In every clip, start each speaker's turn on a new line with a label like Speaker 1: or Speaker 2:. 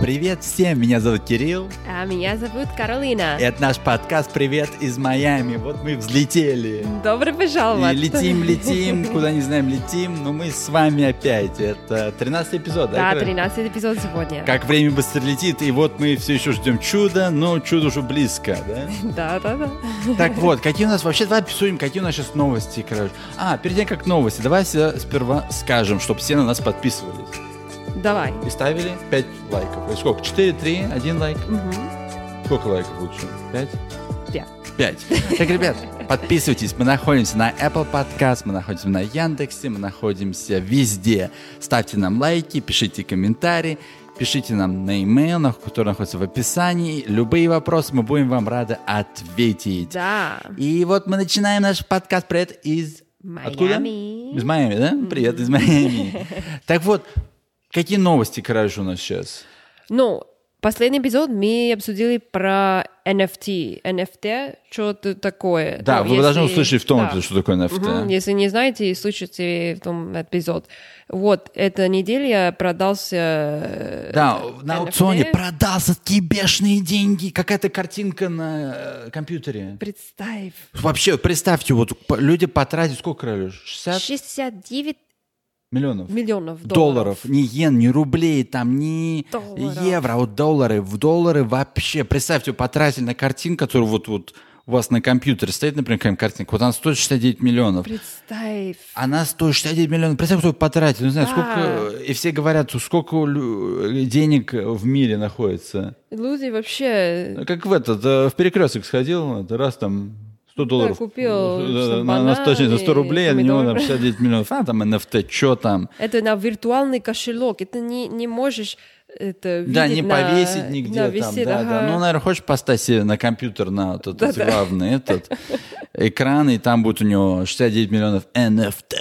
Speaker 1: Привет всем, меня зовут Кирилл.
Speaker 2: А меня зовут Каролина.
Speaker 1: Это наш подкаст «Привет из Майами». Вот мы взлетели.
Speaker 2: Добро пожаловать.
Speaker 1: И летим, летим, куда не знаем, летим, но мы с вами опять. Это 13 эпизод,
Speaker 2: Да,
Speaker 1: Кира?
Speaker 2: 13 эпизод сегодня.
Speaker 1: Как время быстро летит, и вот мы все еще ждем чуда, но чудо уже близко, да?
Speaker 2: Да, да, да.
Speaker 1: Так вот, какие у нас вообще, давай обсудим, какие у нас сейчас новости, короче. А, перед тем, как новости, давай все сперва скажем, чтобы все на нас подписывались.
Speaker 2: Давай.
Speaker 1: И ставили 5 лайков. И сколько? 4, 3, 1 лайк? Сколько лайков лучше? 5?
Speaker 2: Пять.
Speaker 1: 5. Так, ребят, подписывайтесь. Мы находимся на Apple Podcast, мы находимся на Яндексе, мы находимся везде. Ставьте нам лайки, пишите комментарии, пишите нам на email, который находится в описании. Любые вопросы мы будем вам рады ответить.
Speaker 2: Да.
Speaker 1: И вот мы начинаем наш подкаст «Привет из...» Откуда?
Speaker 2: Майами.
Speaker 1: Из Майами, да? Привет из Майами. Так вот, какие новости, короче, у нас сейчас?
Speaker 2: Ну, последний эпизод мы обсудили про NFT. NFT, что это такое?
Speaker 1: Да,
Speaker 2: Ну,
Speaker 1: вы должны
Speaker 2: если-
Speaker 1: услышать в том
Speaker 2: Да.
Speaker 1: эпизоде, что а? такое NFT.
Speaker 2: Мгм, Если не знаете, слушайте в том эпизод. Вот, эта неделя продался... э,
Speaker 1: Да, на
Speaker 2: NFT.
Speaker 1: аукционе продался такие бешеные деньги. Какая-то картинка на э, компьютере.
Speaker 2: Представь,
Speaker 1: Вообще, представьте, вот п- люди потратят сколько, Ралюш? 60
Speaker 2: 69
Speaker 1: миллионов?
Speaker 2: миллионов
Speaker 1: Долларов.
Speaker 2: долларов.
Speaker 1: Ни йен, ни рублей, там, ни
Speaker 2: Долларов.
Speaker 1: евро, а вот доллары. В доллары вообще. Представьте, вы потратили на картинку, которую вот, вот у вас на компьютере стоит, например, какая-нибудь картинка, вот она стоит 69 миллионов.
Speaker 2: Представь.
Speaker 1: Она стоит 69 миллионов. Представь, кто потратил. Не знаю,
Speaker 2: Да.
Speaker 1: сколько... э, И все говорят, сколько лю- денег в мире находится.
Speaker 2: Люди вообще...
Speaker 1: Ну, Как в этот, э, в перекресток сходил, ну, это раз там 100 долларов.
Speaker 2: купил
Speaker 1: Да, да,
Speaker 2: там
Speaker 1: на, на 100, на 100
Speaker 2: бананы,
Speaker 1: рублей, а на него там
Speaker 2: помидоры.
Speaker 1: 69 миллионов. А, там NFT, что там?
Speaker 2: Это на виртуальный кошелек. Это не, не можешь это
Speaker 1: Да,
Speaker 2: видеть
Speaker 1: не
Speaker 2: на-
Speaker 1: повесить нигде
Speaker 2: на
Speaker 1: там,
Speaker 2: висит,
Speaker 1: да, да.
Speaker 2: ага.
Speaker 1: Ну, наверное, хочешь поставить себе на компьютер, на вот этот главный этот экран, и там будет у него 69 миллионов NFT.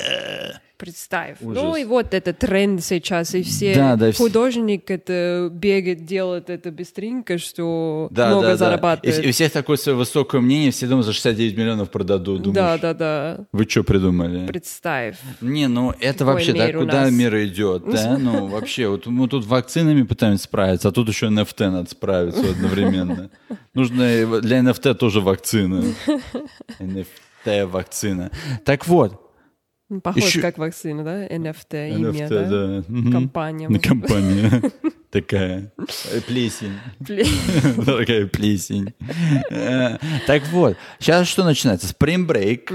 Speaker 2: Представь.
Speaker 1: Ужас.
Speaker 2: Ну и вот это тренд сейчас, и все
Speaker 1: Да, да, вс-
Speaker 2: художник это бегает, делает это быстренько, что
Speaker 1: Да,
Speaker 2: много
Speaker 1: да, да.
Speaker 2: зарабатывает.
Speaker 1: И, и у всех такое свое высокое мнение, все думают, за 69 миллионов продадут. Думаешь,
Speaker 2: да, да, да.
Speaker 1: Вы что придумали?
Speaker 2: Представь.
Speaker 1: Не, ну это
Speaker 2: Какой
Speaker 1: вообще, да,
Speaker 2: мир у
Speaker 1: куда
Speaker 2: нас?
Speaker 1: мир идет, да? Ну вообще, вот мы тут вакцинами пытаемся справиться, а тут еще NFT надо справиться одновременно. Нужно и в- для NFT тоже вакцина. NFT вакцина. Так вот,
Speaker 2: Ну, Похоже,
Speaker 1: Ещё-
Speaker 2: как вакцина, да? NFT, имя,
Speaker 1: NFT,
Speaker 2: да?
Speaker 1: да. Мгм.
Speaker 2: Компания.
Speaker 1: На компания такая. Э, Плесень. Дорогая плесень. Э, Так вот, сейчас что начинается? Spring Break.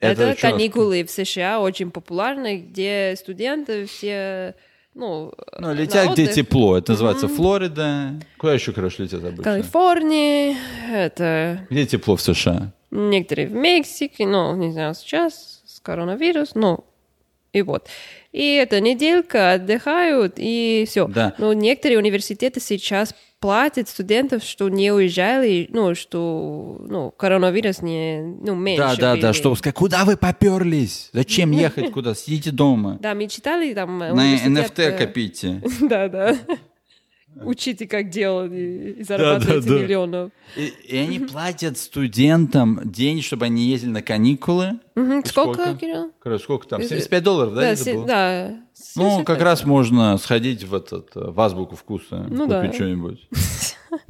Speaker 2: Это,
Speaker 1: чё?
Speaker 2: каникулы в США очень популярны, где студенты все, ну,
Speaker 1: Ну,
Speaker 2: э,
Speaker 1: летят,
Speaker 2: на
Speaker 1: где
Speaker 2: отдых.
Speaker 1: тепло. Это называется Флорида. Куда еще, короче, летят обычно?
Speaker 2: Калифорнии, это
Speaker 1: Где тепло в США?
Speaker 2: некоторые в Мексике, ну, не знаю, сейчас с коронавирус, ну, и вот. И эта неделька отдыхают, и все.
Speaker 1: Да.
Speaker 2: Но некоторые университеты сейчас платят студентов, что не уезжали, ну, что, ну, коронавирус не, ну, меньше.
Speaker 1: Да, да, да,
Speaker 2: были.
Speaker 1: что сказать, куда вы поперлись? Зачем ехать куда? Сидите дома.
Speaker 2: Да, мы читали там... э,
Speaker 1: На
Speaker 2: университет,
Speaker 1: NFT
Speaker 2: э,
Speaker 1: копите.
Speaker 2: Да, да. Учите, как делать, и и зарабатывайте
Speaker 1: да.
Speaker 2: миллионов.
Speaker 1: И, и они платят студентам деньги, чтобы они ездили на каникулы.
Speaker 2: Мгм.
Speaker 1: И
Speaker 2: Сколько, Кирилл?
Speaker 1: Короче, сколько там?
Speaker 2: Э,
Speaker 1: 75 долларов, да?
Speaker 2: Да,
Speaker 1: я
Speaker 2: се-
Speaker 1: забыл?
Speaker 2: да.
Speaker 1: Ну,
Speaker 2: 75.
Speaker 1: как раз можно сходить в этот э, в азбуку вкуса,
Speaker 2: Ну
Speaker 1: купить
Speaker 2: да.
Speaker 1: что-нибудь.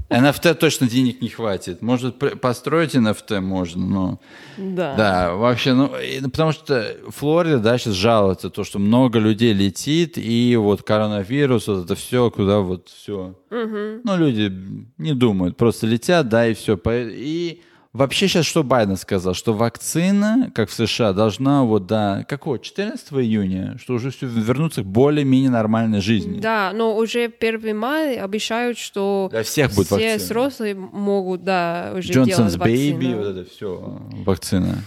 Speaker 1: NFT точно денег не хватит. Может, пр- построить NFT можно, но...
Speaker 2: Да.
Speaker 1: Да, вообще, ну, и- ну, потому что Флорида, да, сейчас жалуется, то, что много людей летит, и вот коронавирус, вот это все, куда вот все. Ну, люди не думают, просто летят, да, и все. И вообще сейчас что Байден сказал, что вакцина, как в США, должна вот до какого, 14 июня, что уже все вернуться к более-менее нормальной жизни.
Speaker 2: Да, но уже 1 мая обещают, что
Speaker 1: Для всех будет
Speaker 2: все
Speaker 1: вакцина.
Speaker 2: взрослые могут, да, уже
Speaker 1: Джонсонс
Speaker 2: делать
Speaker 1: Бэйби,
Speaker 2: вакцину.
Speaker 1: вот это все, вакцина.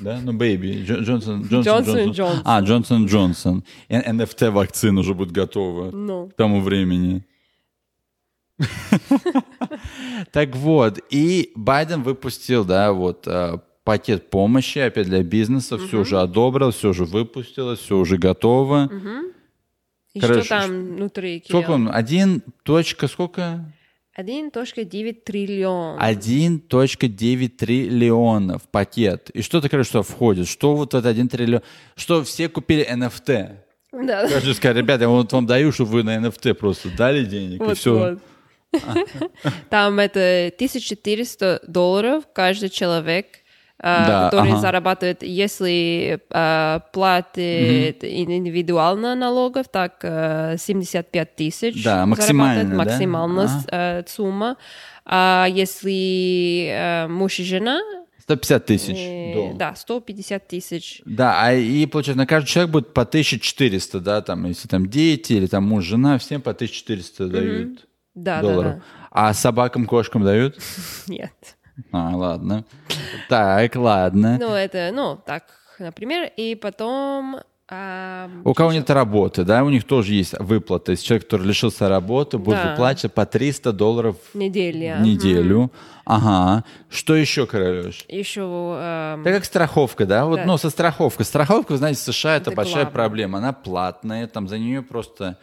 Speaker 1: Да? Ну, Бэйби. Джо- Джонсон, Джонсон,
Speaker 2: Джонсон и Джонсон.
Speaker 1: А, Джонсон, и Джонсон. NFT-вакцина уже будет готова
Speaker 2: Ну.
Speaker 1: к тому времени. Так вот, и Байден выпустил, да, вот э, пакет помощи опять для бизнеса, все уже одобрил, все уже выпустилось, все уже готово.
Speaker 2: И
Speaker 1: Короче,
Speaker 2: что там внутри,
Speaker 1: Сколько
Speaker 2: Кирилл?
Speaker 1: он? Один точка сколько?
Speaker 2: 1.9 триллион.
Speaker 1: А 1.9 триллионов пакет. И что ты говоришь, что входит? Что вот этот 1 триллион? Что все купили NFT?
Speaker 2: Да.
Speaker 1: Короче, сказать, ребята, я вот вам даю, чтобы вы на NFT просто дали денег, и
Speaker 2: Вот,
Speaker 1: все.
Speaker 2: вот. Там это 1400 долларов каждый человек, а,
Speaker 1: Да,
Speaker 2: который
Speaker 1: ага.
Speaker 2: зарабатывает, если а, платит индивидуально налогов, так а, 75 тысяч.
Speaker 1: Да,
Speaker 2: зарабатывает,
Speaker 1: максимально, да?
Speaker 2: максимально с- э, сумма. А если э, муж и жена,
Speaker 1: 150 тысяч.
Speaker 2: э,
Speaker 1: долларов.
Speaker 2: да, 150 тысяч.
Speaker 1: Да, а и получается, на каждый человек будет по 1400, да, там, если там дети или там муж, жена, всем по 1400 дают
Speaker 2: Да,
Speaker 1: долларов.
Speaker 2: да, да.
Speaker 1: А собакам, кошкам дают?
Speaker 2: Нет.
Speaker 1: А, ладно. Так, ладно.
Speaker 2: Ну, это, ну, так, например, и потом... а,
Speaker 1: У кого нет работы, да, у них тоже есть выплаты. Если человек, который лишился работы, будет
Speaker 2: Да.
Speaker 1: выплачивать по 300 долларов
Speaker 2: Неделя.
Speaker 1: в неделю. Ага. Что еще, королёш?
Speaker 2: Еще... эм,
Speaker 1: Это как страховка, да? Вот,
Speaker 2: Да.
Speaker 1: ну, со страховкой. Страховка, вы знаете, в США это
Speaker 2: Это
Speaker 1: большая
Speaker 2: главное.
Speaker 1: проблема. Она платная, там за нее просто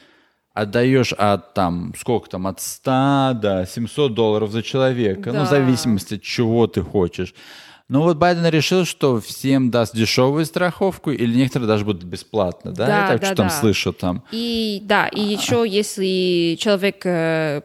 Speaker 1: отдаешь от там, сколько там, от 100 до 700 долларов за человека. Ну,
Speaker 2: Да.
Speaker 1: в зависимости от чего ты хочешь. Но вот Байден решил, что всем даст дешевую страховку, или некоторые даже будут бесплатно, да?
Speaker 2: Да,
Speaker 1: Я так
Speaker 2: да,
Speaker 1: что там
Speaker 2: да.
Speaker 1: слышу там.
Speaker 2: И да, и еще если человек э,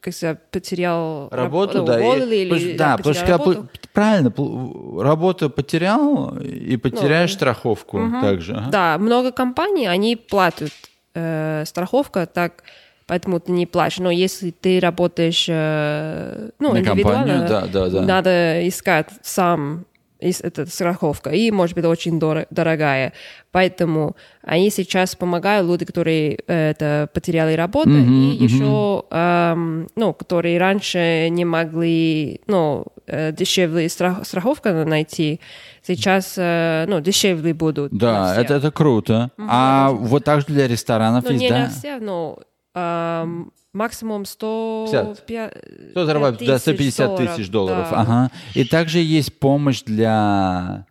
Speaker 2: как сказать, потерял раб-
Speaker 1: Работу,
Speaker 2: ну,
Speaker 1: да. и-
Speaker 2: уволили
Speaker 1: потому
Speaker 2: или
Speaker 1: что- да, потому что
Speaker 2: потерял
Speaker 1: когда
Speaker 2: работу,
Speaker 1: пл- правильно, пл- работу потерял и потеряешь
Speaker 2: Ну,
Speaker 1: страховку также. ага.
Speaker 2: да, много компаний они платят э, страховка, так поэтому ты не платишь. Но если ты работаешь э, ну,
Speaker 1: На компанию,
Speaker 2: индивидуально,
Speaker 1: да, да, да.
Speaker 2: надо искать сам ис- эта страховка. И, может быть, очень доро- дорогая. Поэтому они сейчас помогают люди, которые э, это, потеряли работу,
Speaker 1: Мгм,
Speaker 2: и еще, эм, ну, которые раньше не могли, ну, э, дешевле стра- страховка найти, сейчас, э, ну, дешевле будут.
Speaker 1: Да,
Speaker 2: на всех.
Speaker 1: это, это круто. А вот так же для ресторанов
Speaker 2: Ну,
Speaker 1: есть,
Speaker 2: не
Speaker 1: да?
Speaker 2: на всех, но эм, максимум 100...
Speaker 1: 50.
Speaker 2: пя-
Speaker 1: Кто зарабатывает до 150 тысяч долларов. Ага. И также есть помощь для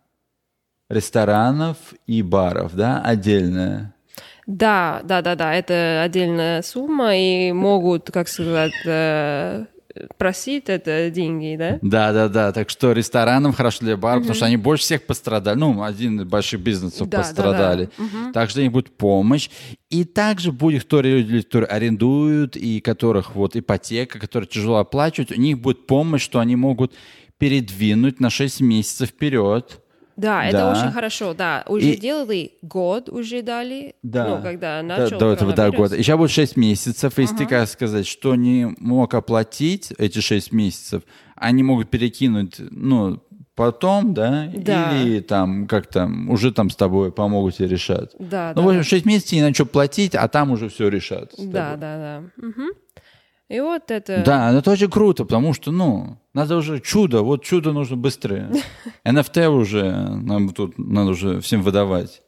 Speaker 1: ресторанов и баров, да, отдельная.
Speaker 2: Да, да, да, да, это отдельная сумма, и могут, как сказать, э, просить это деньги, да?
Speaker 1: Да, да, да. Так что ресторанам хорошо для баров, потому что они больше всех пострадали. Ну, один из больших бизнесов
Speaker 2: Да, да, да.
Speaker 1: пострадали. Так что им будет помощь. И также будет, кто люди, которые арендуют, и которых вот ипотека, которые тяжело оплачивать, у них будет помощь, что они могут передвинуть на 6 месяцев вперед.
Speaker 2: Да, это
Speaker 1: Да.
Speaker 2: очень хорошо, да. Уже
Speaker 1: И-
Speaker 2: делали год, уже дали,
Speaker 1: Да.
Speaker 2: ну, когда
Speaker 1: Да,
Speaker 2: начал
Speaker 1: до этого да,
Speaker 2: коронавирус.
Speaker 1: года. И сейчас будет 6 месяцев. Если ты, как сказать, что не мог оплатить эти 6 месяцев, они могут перекинуть, ну, потом, да?
Speaker 2: Да.
Speaker 1: Или там как там уже там с тобой помогут и решат.
Speaker 2: Да,
Speaker 1: ну,
Speaker 2: да,
Speaker 1: в общем, 6 месяцев не на что платить, а там уже все решат. с
Speaker 2: Да,
Speaker 1: тобой.
Speaker 2: да, да. Мгм. И вот это...
Speaker 1: Да, но это очень круто, потому что, ну, надо уже чудо, вот чудо нужно быстрее. NFT уже, нам тут надо уже всем выдавать.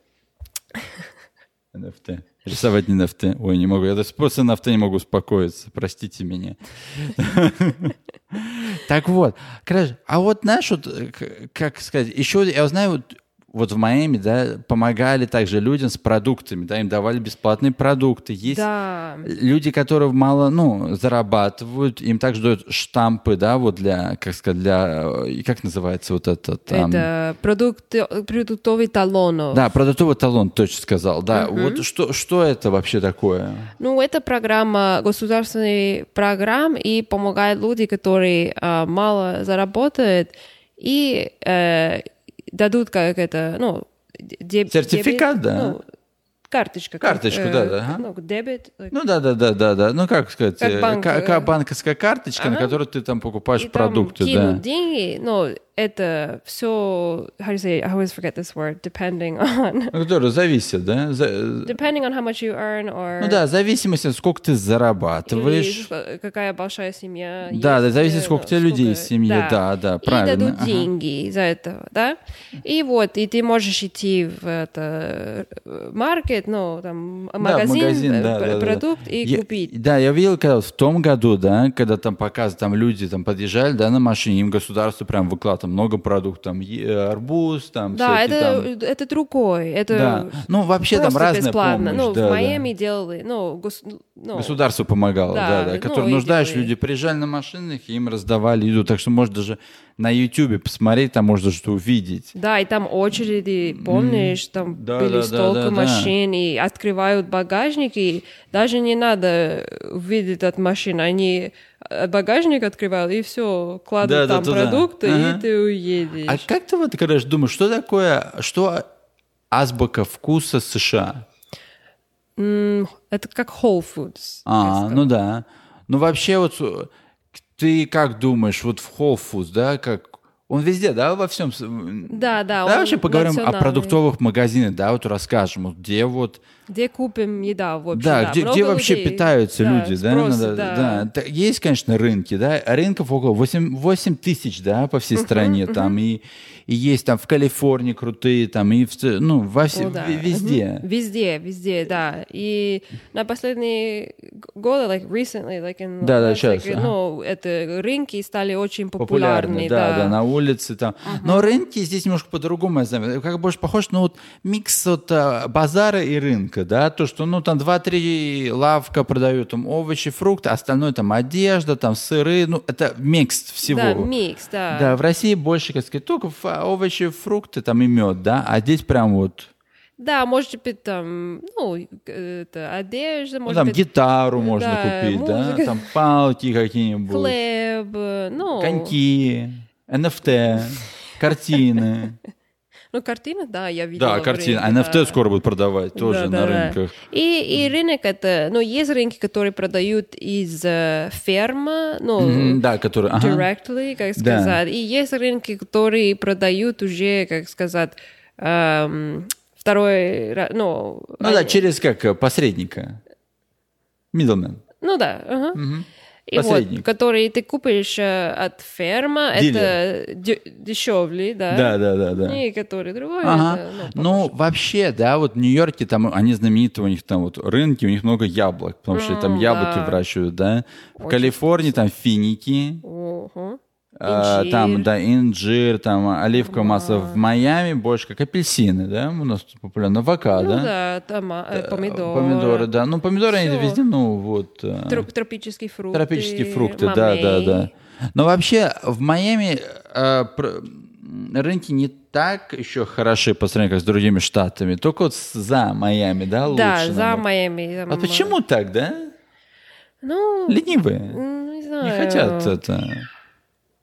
Speaker 1: NFT. Рисовать не NFT. Ой, не могу. Я даже просто на NFT не могу успокоиться. Простите меня. Так вот, короче, а вот знаешь, вот, э, к- как сказать, еще я знаю, вот, вот в Майами, да, помогали также людям с продуктами, да, им давали бесплатные продукты. Есть
Speaker 2: Да.
Speaker 1: люди, которые мало, ну, зарабатывают, им также дают штампы, да, вот для, как сказать, для, э, и как называется вот этот, там,
Speaker 2: Это продукты, продуктовый талонов.
Speaker 1: да, продуктовый талон, точно сказал, да. Вот что, что это вообще такое?
Speaker 2: Ну, это программа, государственный программ, и помогает люди, которые а, мало заработают, и э, дадут как это, ну, де-
Speaker 1: Сертификат,
Speaker 2: дебет,
Speaker 1: да.
Speaker 2: ну, карточка.
Speaker 1: Карточку, да-да, ага.
Speaker 2: Ну, дебет. э,
Speaker 1: Ну да, да, да, да, да. Ну как сказать,
Speaker 2: Как
Speaker 1: э,
Speaker 2: банк,
Speaker 1: ка- ка-
Speaker 2: э,
Speaker 1: банковская карточка, на
Speaker 2: ага.
Speaker 1: которой ты там покупаешь
Speaker 2: и там
Speaker 1: продукты,
Speaker 2: кинут
Speaker 1: да.
Speaker 2: деньги, но это все, how do you say, I always forget this word, depending on,
Speaker 1: Ну, Которые зависят, да? За- э,
Speaker 2: depending on how much you earn or...
Speaker 1: Ну да, зависимость от сколько ты
Speaker 2: или
Speaker 1: зарабатываешь.
Speaker 2: что- э, какая большая семья.
Speaker 1: Да, да,
Speaker 2: есть,
Speaker 1: зависит,
Speaker 2: э,
Speaker 1: сколько
Speaker 2: ну,
Speaker 1: у тебя людей в семье, да, да, правильно,
Speaker 2: И дадут
Speaker 1: ага.
Speaker 2: деньги из-за этого, да. И вот, и ты можешь идти в это э, маркет, ну, там, магазин, э,
Speaker 1: да,
Speaker 2: пр-
Speaker 1: да, да, да.
Speaker 2: продукт и
Speaker 1: Я-
Speaker 2: купить.
Speaker 1: Да, я видел, когда вот в том году, да, когда там показывают, там люди там подъезжали, да, на машине, им государство прям выкладывало там много продуктов, там е- э, арбуз, там
Speaker 2: Да,
Speaker 1: всякие
Speaker 2: это,
Speaker 1: там-
Speaker 2: это другой, это
Speaker 1: Да. Ну, вообще там
Speaker 2: просто
Speaker 1: разная
Speaker 2: бесплатно.
Speaker 1: помощь,
Speaker 2: Ну,
Speaker 1: да, да.
Speaker 2: в Майами делали, ну, гос- ну,
Speaker 1: Государство помогало,
Speaker 2: Да,
Speaker 1: да, да,
Speaker 2: ну,
Speaker 1: которые
Speaker 2: и
Speaker 1: нуждаешь,
Speaker 2: делали.
Speaker 1: люди приезжали на машинах, и им раздавали еду, так что можно даже на Ютубе посмотреть, там можно что увидеть.
Speaker 2: Да, и там очереди, помнишь, там
Speaker 1: Да, да,
Speaker 2: были
Speaker 1: да,
Speaker 2: столько
Speaker 1: да, да.
Speaker 2: машин, и открывают багажник, и даже не надо увидеть от машин, они э, багажник открывают, и все,
Speaker 1: Да,
Speaker 2: кладут
Speaker 1: да,
Speaker 2: там
Speaker 1: туда.
Speaker 2: продукты,
Speaker 1: Ага.
Speaker 2: и ты уедешь.
Speaker 1: А как ты вот, короче, думаешь, что такое, что азбука вкуса США?
Speaker 2: М, Это как Whole Foods. я
Speaker 1: А,
Speaker 2: скажу.
Speaker 1: ну да. Ну вообще вот э, ты как думаешь, вот в Whole Foods, да, как он везде, да, во всем. с- м,
Speaker 2: Да, да,
Speaker 1: Давай
Speaker 2: он
Speaker 1: вообще поговорим
Speaker 2: национальный.
Speaker 1: о продуктовых магазинах, да, вот расскажем, вот где вот,
Speaker 2: Где купим еда вообще?
Speaker 1: да, где, где
Speaker 2: много
Speaker 1: вообще
Speaker 2: людей.
Speaker 1: питаются
Speaker 2: Да,
Speaker 1: люди, да,
Speaker 2: спрос,
Speaker 1: надо-
Speaker 2: да.
Speaker 1: да. Та- Есть, конечно, рынки, да, рынков около 8, тысяч, да, по всей стране, там, и, и есть там в Калифорнии крутые, там, и, в ц- ну, во все-
Speaker 2: Ну да.
Speaker 1: в- везде.
Speaker 2: Мгм. Везде, везде, да. И на последние г- годы, like recently, like in
Speaker 1: Да, да,
Speaker 2: like,
Speaker 1: щас, ага.
Speaker 2: ну, это рынки стали очень популярны,
Speaker 1: популярны, да, да, на улице там. Но рынки здесь немножко по-другому, я знаю, как больше похож, ну вот микс от а, базара и рынка, да, то, что, ну, там 2-3 лавка продают там овощи, фрукты, остальное там одежда, там сыры, ну, это микс всего.
Speaker 2: Да, микс, да.
Speaker 1: Да, в России больше, как сказать, только ф- овощи, фрукты там и мед, да, а здесь прям вот,
Speaker 2: Да, может быть, там, ну, э, это одежда,
Speaker 1: ну,
Speaker 2: может
Speaker 1: там
Speaker 2: быть,
Speaker 1: гитару можно
Speaker 2: да,
Speaker 1: купить, да,
Speaker 2: музыка.
Speaker 1: там палки какие-нибудь,
Speaker 2: хлеб, э, ну...
Speaker 1: коньки, NFT, картины.
Speaker 2: Ну, картины, да, я видела.
Speaker 1: Да, а
Speaker 2: в
Speaker 1: картина.
Speaker 2: рынке,
Speaker 1: NFT
Speaker 2: да.
Speaker 1: скоро будут продавать тоже на
Speaker 2: Да, да, да.
Speaker 1: рынках.
Speaker 2: И, и рынок это, ну, есть рынки, которые продают из э, фермы, ну,
Speaker 1: Мгм, Да, который... ага.
Speaker 2: directly, как
Speaker 1: Да.
Speaker 2: сказать. И есть рынки, которые продают уже, как сказать, эм, второй, ра- ну,
Speaker 1: Ну
Speaker 2: они-
Speaker 1: да, через как э, посредника. Middleman.
Speaker 2: ну да, ага. И
Speaker 1: Посредник.
Speaker 2: вот, которые ты купишь э, от ферма, это
Speaker 1: Дилер.
Speaker 2: дё- дешевле, да?
Speaker 1: Да, да, да, да.
Speaker 2: И которые другой,
Speaker 1: Ага.
Speaker 2: это, ну,
Speaker 1: Ну, вообще, да, вот в Нью-Йорке там они знамениты, у них там вот рынки, у них много яблок, потому что там
Speaker 2: М,
Speaker 1: яблоки
Speaker 2: да.
Speaker 1: выращивают, да. В
Speaker 2: Очень
Speaker 1: Калифорнии там финики,
Speaker 2: ого.
Speaker 1: а, там,
Speaker 2: Инжир.
Speaker 1: да, инжир, там оливковое масло. В Майами больше как апельсины, да, у нас тут популярно авокадо.
Speaker 2: Ну да, тома- э, помидоры.
Speaker 1: Помидоры, да. Ну, помидоры, они
Speaker 2: Всё.
Speaker 1: везде, ну, вот... э,
Speaker 2: Троп- тропические фрукты.
Speaker 1: Тропические фрукты, да, да,
Speaker 2: мамей.
Speaker 1: да. Но вообще в Майами э, пр- м, рынки не так еще хороши по сравнению как с другими штатами, только вот с- за Майами, да, лучше.
Speaker 2: Да, за
Speaker 1: намного.
Speaker 2: Майами. там,
Speaker 1: А почему так, да?
Speaker 2: Ну,
Speaker 1: Ленивые.
Speaker 2: м, не знаю.
Speaker 1: Не хотят
Speaker 2: э,
Speaker 1: э, это...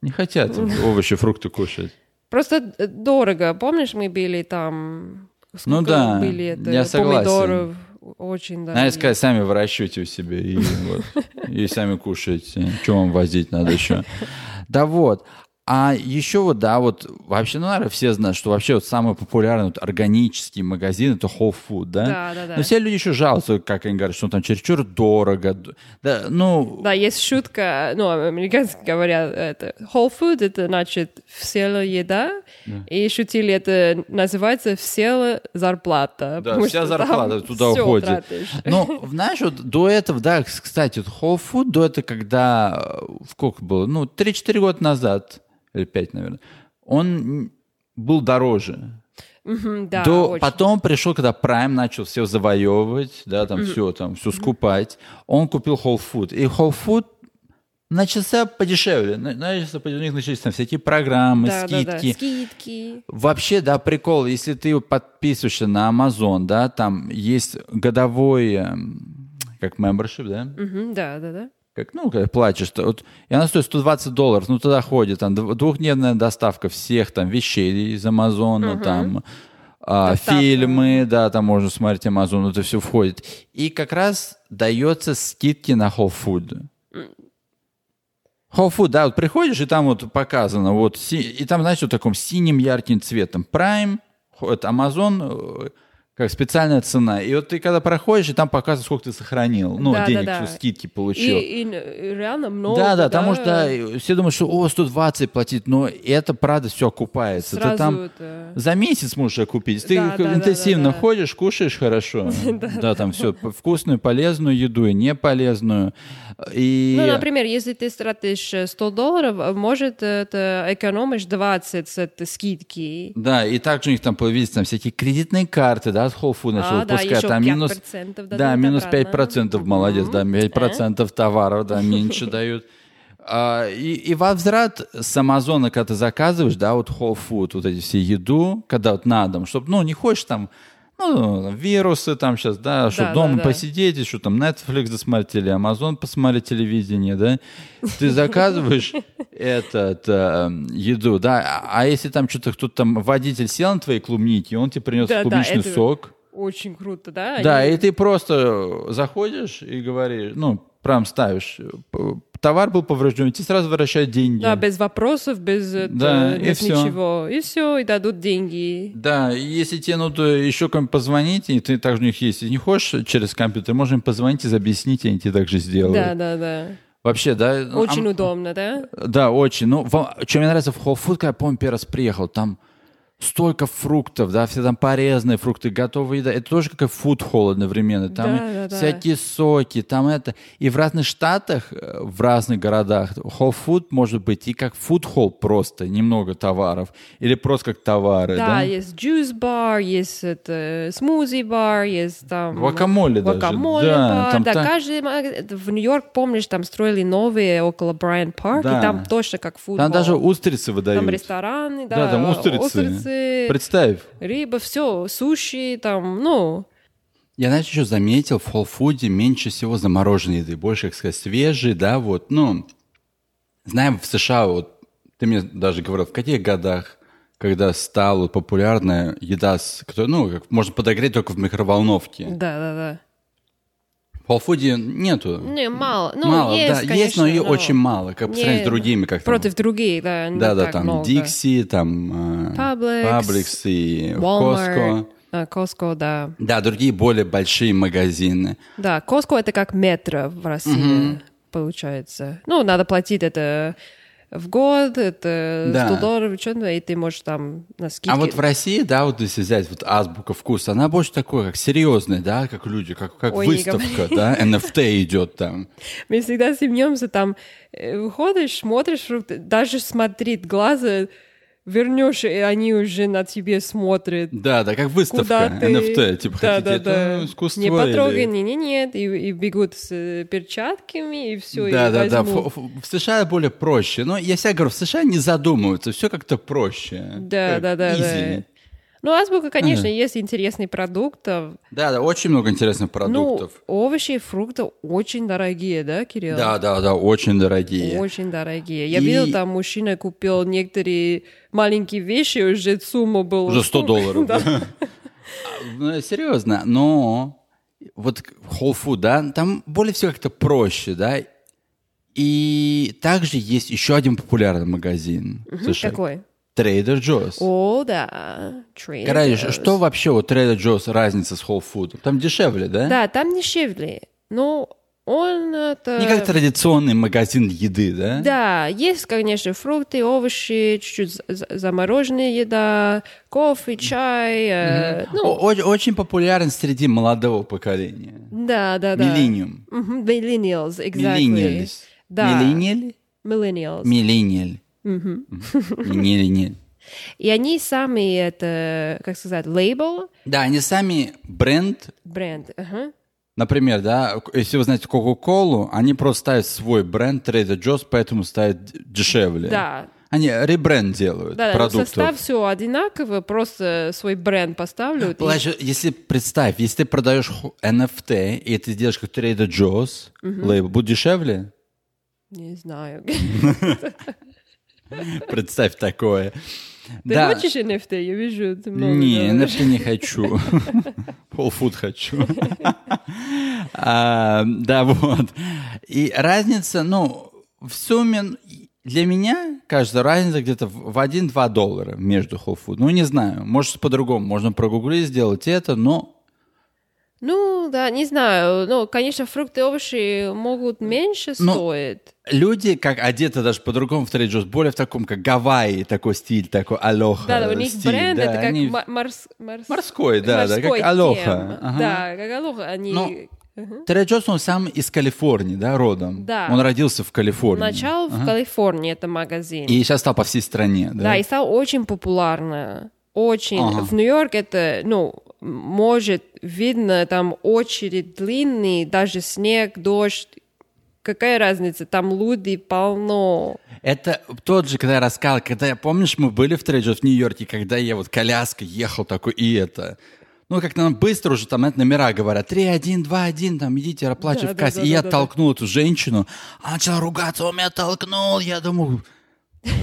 Speaker 1: Не хотят
Speaker 2: ну.
Speaker 1: овощи, фрукты кушать.
Speaker 2: Просто д- дорого. Помнишь, мы были там... Сколько
Speaker 1: Ну да,
Speaker 2: были это,
Speaker 1: я согласен.
Speaker 2: помидоров? Очень, да.
Speaker 1: Надо
Speaker 2: и-
Speaker 1: сказать, сами выращивайте у себя и, вот, и сами кушайте. Чего вам возить надо еще? Да вот. А еще вот, да, вот вообще, ну, наверное, все знают, что вообще вот самый популярный вот органический магазин — это Whole Food, да?
Speaker 2: Да, да, да.
Speaker 1: Но все люди еще жалуются, как они говорят, что там чересчур дорого. Д- Да, ну,
Speaker 2: Да, есть шутка, ну, американцы говорят, это whole food, это значит все еда, и шутили, это называется все зарплата.
Speaker 1: Да,
Speaker 2: потому
Speaker 1: вся
Speaker 2: что там
Speaker 1: зарплата туда
Speaker 2: всё
Speaker 1: уходит.
Speaker 2: тратишь.
Speaker 1: Ну, знаешь, вот до этого, да, к- кстати, вот Whole Food, до этого, когда, э, в сколько было, ну, 3-4 года назад, или 5, наверное, он м, был дороже.
Speaker 2: Мгм, да,
Speaker 1: До-
Speaker 2: очень.
Speaker 1: потом пришел, когда Prime начал все завоевывать, да, там все, там все скупать, он купил Whole Food. И Whole Food начался подешевле. На- Начался, у них начались там всякие программы,
Speaker 2: Да, да,
Speaker 1: скидки.
Speaker 2: да, скидки.
Speaker 1: Вообще, да, прикол, если ты подписываешься на Amazon, да, там есть годовой, эм, как membership, да,
Speaker 2: Мгм, да, да, да.
Speaker 1: как, ну, как плачешь, то вот, и она стоит 120 долларов, ну, туда ходит, там, дв- двухдневная доставка всех, там, вещей из Амазона, там, а,
Speaker 2: Доставка.
Speaker 1: фильмы, да, там можно смотреть Амазон, это все входит. И как раз дается скидки на Whole Food. Whole Food, да, вот приходишь, и там вот показано, вот, си- и там, знаешь, вот таком синим ярким цветом. Prime, хо- это Amazon, э, как специальная цена. И вот ты когда проходишь, и там показано, сколько ты сохранил. Ну,
Speaker 2: Да, да,
Speaker 1: денег,
Speaker 2: да.
Speaker 1: что скидки
Speaker 2: И,
Speaker 1: получил.
Speaker 2: и э, реально много.
Speaker 1: да, да, потому что э, все думают, что, о, 120 платить, но это, правда, все окупается.
Speaker 2: Сразу
Speaker 1: ты там
Speaker 2: это-
Speaker 1: за месяц можешь окупить. Ты
Speaker 2: Да, да, да,
Speaker 1: интенсивно
Speaker 2: да, да.
Speaker 1: ходишь, кушаешь хорошо. Да, там все вкусную, полезную еду и неполезную. И...
Speaker 2: Ну, например, если ты тратишь э, 100 долларов, э, может, э, ты экономишь 20 с этой скидки.
Speaker 1: Да, и также у них там появились там всякие кредитные карты, да, с Whole Foods начал
Speaker 2: А, да,
Speaker 1: выпускать,
Speaker 2: еще
Speaker 1: там
Speaker 2: 5%
Speaker 1: минус,
Speaker 2: дадут
Speaker 1: да, минус
Speaker 2: обратно.
Speaker 1: 5%, молодец, да, 5% товаров, да, меньше дают. А, и, и возврат с Амазона, когда ты заказываешь, да, вот Whole Food, вот эти все еду, когда вот на дом, чтобы, ну, не хочешь там, ну, там вирусы там сейчас, да, чтобы
Speaker 2: да,
Speaker 1: дома
Speaker 2: да.
Speaker 1: посидеть, еще там Netflix досмотреть или Amazon посмотреть телевидение, да, ты заказываешь этот, э, еду, да, а- а если там что-то кто-то там, водитель сел на твои клубники, он тебе принес
Speaker 2: Да, да,
Speaker 1: клубничный
Speaker 2: это-
Speaker 1: сок,
Speaker 2: Очень круто, да?
Speaker 1: да,
Speaker 2: Они-
Speaker 1: и ты просто э, заходишь и говоришь, ну, прям ставишь, э, п- товар был поврежден, и тебе сразу возвращают деньги.
Speaker 2: Да, без вопросов, без э,
Speaker 1: Да,
Speaker 2: т-
Speaker 1: и
Speaker 2: нет
Speaker 1: всё.
Speaker 2: ничего. И все, и дадут деньги.
Speaker 1: Да, и если тебе нужно еще кому позвонить, и ты также у них есть, и не хочешь через компьютер, можно им позвонить и объяснить, и они тебе так же сделают.
Speaker 2: Да, да, да.
Speaker 1: Вообще, да. ну,
Speaker 2: Очень
Speaker 1: а-
Speaker 2: удобно, да?
Speaker 1: Да, очень. Ну, что мне нравится в Whole Food, когда я помню, первый раз приехал, там столько фруктов, да, все там порезанные фрукты, готовая еда. Это тоже как фуд холл одновременно. Там
Speaker 2: Да, да, да.
Speaker 1: всякие соки, там это. И в разных штатах, э, в разных городах Whole Food может быть и как фуд холл просто, немного товаров, или просто как товары, да?
Speaker 2: Да, есть джюс-бар, есть это, смузи-бар, есть там...
Speaker 1: Вакамоле даже. Да,
Speaker 2: Вакамоле-бар.
Speaker 1: там
Speaker 2: Да,
Speaker 1: так-
Speaker 2: каждый... маг- В Нью-Йорк, помнишь, там строили новые около Брайан-парк,
Speaker 1: Да.
Speaker 2: и там точно как футбол.
Speaker 1: Там даже устрицы выдают.
Speaker 2: Там рестораны, да.
Speaker 1: да, там устрицы.
Speaker 2: устрицы,
Speaker 1: Представь.
Speaker 2: рыба, все, суши, там, ну...
Speaker 1: Я, знаешь, еще заметил, в холл-фуде меньше всего замороженной еды, больше, как сказать, свежей, да, вот, ну, знаем, в США, вот, ты мне даже говорил, в каких годах, когда стала вот популярная еда, с, которую, ну, как можно подогреть только в микроволновке.
Speaker 2: Да-да-да.
Speaker 1: В холл-фуде нету.
Speaker 2: Не, мало. Ну,
Speaker 1: мало,
Speaker 2: есть,
Speaker 1: да, есть, но
Speaker 2: конечно,
Speaker 1: ее очень мало, как по
Speaker 2: не-
Speaker 1: сравнению с другими, как там-
Speaker 2: Против других, да. не
Speaker 1: Да, да,
Speaker 2: так
Speaker 1: там
Speaker 2: много.
Speaker 1: Дикси, там э,
Speaker 2: Publix,
Speaker 1: Publix и
Speaker 2: Walmart,
Speaker 1: Costco.
Speaker 2: э, Costco, да.
Speaker 1: Да, другие более большие магазины.
Speaker 2: Да, Costco это как метро в России, получается. Ну, надо платить это в год, это 100
Speaker 1: Да.
Speaker 2: долларов, что-то, и ты можешь там на скидке...
Speaker 1: А вот в России, да, вот если взять вот азбука вкуса, она больше такой, как серьезная, да, как люди, как, как
Speaker 2: Ой, не
Speaker 1: выставка, да, NFT идет там.
Speaker 2: Мы всегда смеемся, там э, выходишь, смотришь, фрукты, даже смотрит глаза, вернешь, и они уже на тебе смотрят.
Speaker 1: Да, да, как выставка
Speaker 2: Куда ты?
Speaker 1: NFT, типа
Speaker 2: Да,
Speaker 1: хотите
Speaker 2: да, да.
Speaker 1: это искусство
Speaker 2: Не
Speaker 1: или-
Speaker 2: потрогай, не, не, нет, и, и бегут с э, перчатками, и все,
Speaker 1: да,
Speaker 2: и
Speaker 1: да, да.
Speaker 2: возьмут.
Speaker 1: Ф- ф- В США более проще. Но я всегда говорю, в США не задумываются, все как-то проще.
Speaker 2: Да,
Speaker 1: Как
Speaker 2: да, да,
Speaker 1: easy.
Speaker 2: да. Ну, азбука, конечно, есть интересный продукт. а,
Speaker 1: Да, да, очень много интересных продуктов.
Speaker 2: Ну, овощи и фрукты очень дорогие, да, Кирилл?
Speaker 1: да, да, да, очень дорогие.
Speaker 2: Очень дорогие. Я
Speaker 1: И-
Speaker 2: видел, там мужчина купил некоторые маленькие вещи, уже сумма была...
Speaker 1: Уже 100
Speaker 2: столько,
Speaker 1: долларов.
Speaker 2: да.
Speaker 1: Ну, серьезно, но вот Whole Food, да, там более всего как-то проще, да. И также есть еще один популярный магазин. в США.
Speaker 2: Какой?
Speaker 1: Trader Joe's.
Speaker 2: О, да. Trader
Speaker 1: Короче,
Speaker 2: Joe's.
Speaker 1: что вообще у Trader Joe's разница с Whole Food? Там дешевле, да?
Speaker 2: Да, там дешевле. Но он это...
Speaker 1: Не как традиционный магазин еды, да?
Speaker 2: Да, есть, конечно, фрукты, овощи, чуть-чуть за- за- замороженная еда, кофе, чай. э, Ну,
Speaker 1: О- о- очень популярен среди молодого поколения.
Speaker 2: да, да, да.
Speaker 1: Миллениум.
Speaker 2: Мгм, Millennials, exactly.
Speaker 1: Миллениалис.
Speaker 2: Да.
Speaker 1: Миллениали?
Speaker 2: Millennials.
Speaker 1: Миллениаль. Миллениаль.
Speaker 2: И они сами это, как сказать, лейбл,
Speaker 1: Да, они сами бренд
Speaker 2: бренд. ага.
Speaker 1: Например, да, к- если вы знаете Кока-Колу, они просто ставят свой бренд Trader Joe's, поэтому ставят д- дешевле.
Speaker 2: Да.
Speaker 1: Они ребренд делают
Speaker 2: Да, да, ну,
Speaker 1: продуктов.
Speaker 2: состав все одинаково, просто свой бренд поставлю.
Speaker 1: Бывает же, если представь, если ты продаешь ху- NFT, и ты делаешь как Trader Joe's лейбл, будет дешевле?
Speaker 2: Не знаю.
Speaker 1: Представь такое.
Speaker 2: Ты
Speaker 1: Да.
Speaker 2: хочешь NFT? Я вижу, ты много.
Speaker 1: Не,
Speaker 2: говоришь.
Speaker 1: NFT не хочу. Полфуд хочу. А, Да, вот. И разница, ну, в сумме для меня, кажется, разница где-то в 1-2 доллара между Whole Foods. Ну, не знаю, может, по-другому. Можно прогуглить, сделать это, но...
Speaker 2: Ну, да, не знаю. Ну, конечно, фрукты и овощи могут меньше
Speaker 1: Ну,
Speaker 2: стоить.
Speaker 1: Люди как одеты даже по-другому в Trader Joe's, более в таком, как Гавайи, такой стиль, такой алоха
Speaker 2: Да, да, у них
Speaker 1: стиль,
Speaker 2: бренд,
Speaker 1: да,
Speaker 2: это как
Speaker 1: они-
Speaker 2: ма- морс- морс-
Speaker 1: Морской, да, да,
Speaker 2: морской
Speaker 1: как алоха.
Speaker 2: тем.
Speaker 1: Ага.
Speaker 2: Да, как алоха. Они...
Speaker 1: Ну,
Speaker 2: Мгм.
Speaker 1: Терри Джонс, он сам из Калифорнии, да, родом?
Speaker 2: Да.
Speaker 1: Он родился в Калифорнии.
Speaker 2: Начало в Калифорнии это магазин.
Speaker 1: И сейчас стал по всей стране, да?
Speaker 2: Да, и стал очень популярно. Очень.
Speaker 1: Ага.
Speaker 2: В Нью-Йорке это, ну, м- может, видно, там очередь длинный, даже снег, дождь. Какая разница, там люди полно.
Speaker 1: Это тот же, когда я рассказывал, когда, я помнишь, мы были в Trader Joe's в Нью-Йорке, когда я вот коляска ехал такой, и это... Ну, как нам быстро уже там знаете, номера говорят. 3, 1, 2, 1, там, идите, оплачивай
Speaker 2: Да,
Speaker 1: в
Speaker 2: да,
Speaker 1: кассе.
Speaker 2: да,
Speaker 1: и я
Speaker 2: да, да,
Speaker 1: толкнул эту женщину. Она начала ругаться, он меня толкнул. Я думаю,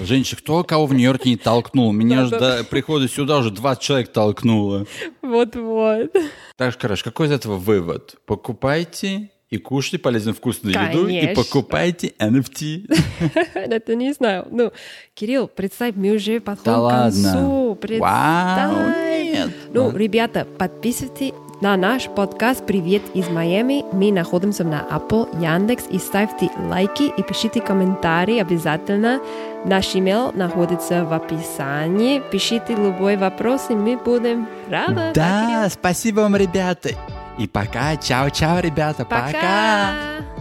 Speaker 1: женщина, кто кого в Нью-Йорке не толкнул? Меня
Speaker 2: Да,
Speaker 1: же
Speaker 2: да,
Speaker 1: до прихода сюда уже 20 человек толкнуло.
Speaker 2: Вот-вот.
Speaker 1: Так, короче, какой из этого вывод? Покупайте и кушайте полезную вкусную еду, и
Speaker 2: Конечно.
Speaker 1: покупайте NFT.
Speaker 2: Это не знаю. Ну, Кирилл, представь, мы уже подходим
Speaker 1: Да
Speaker 2: к
Speaker 1: ладно?
Speaker 2: концу. Представь.
Speaker 1: Вау, нет.
Speaker 2: Ну, ребята, подписывайтесь на наш подкаст «Привет из Майами». Мы находимся на Apple, Яндекс. И ставьте лайки и пишите комментарии обязательно. Наш email находится в описании. Пишите любой вопрос, и мы будем рады.
Speaker 1: Да, спасибо вам, ребята. И пока, чао-чао, ребята,
Speaker 2: Пока.
Speaker 1: пока.
Speaker 2: Пока.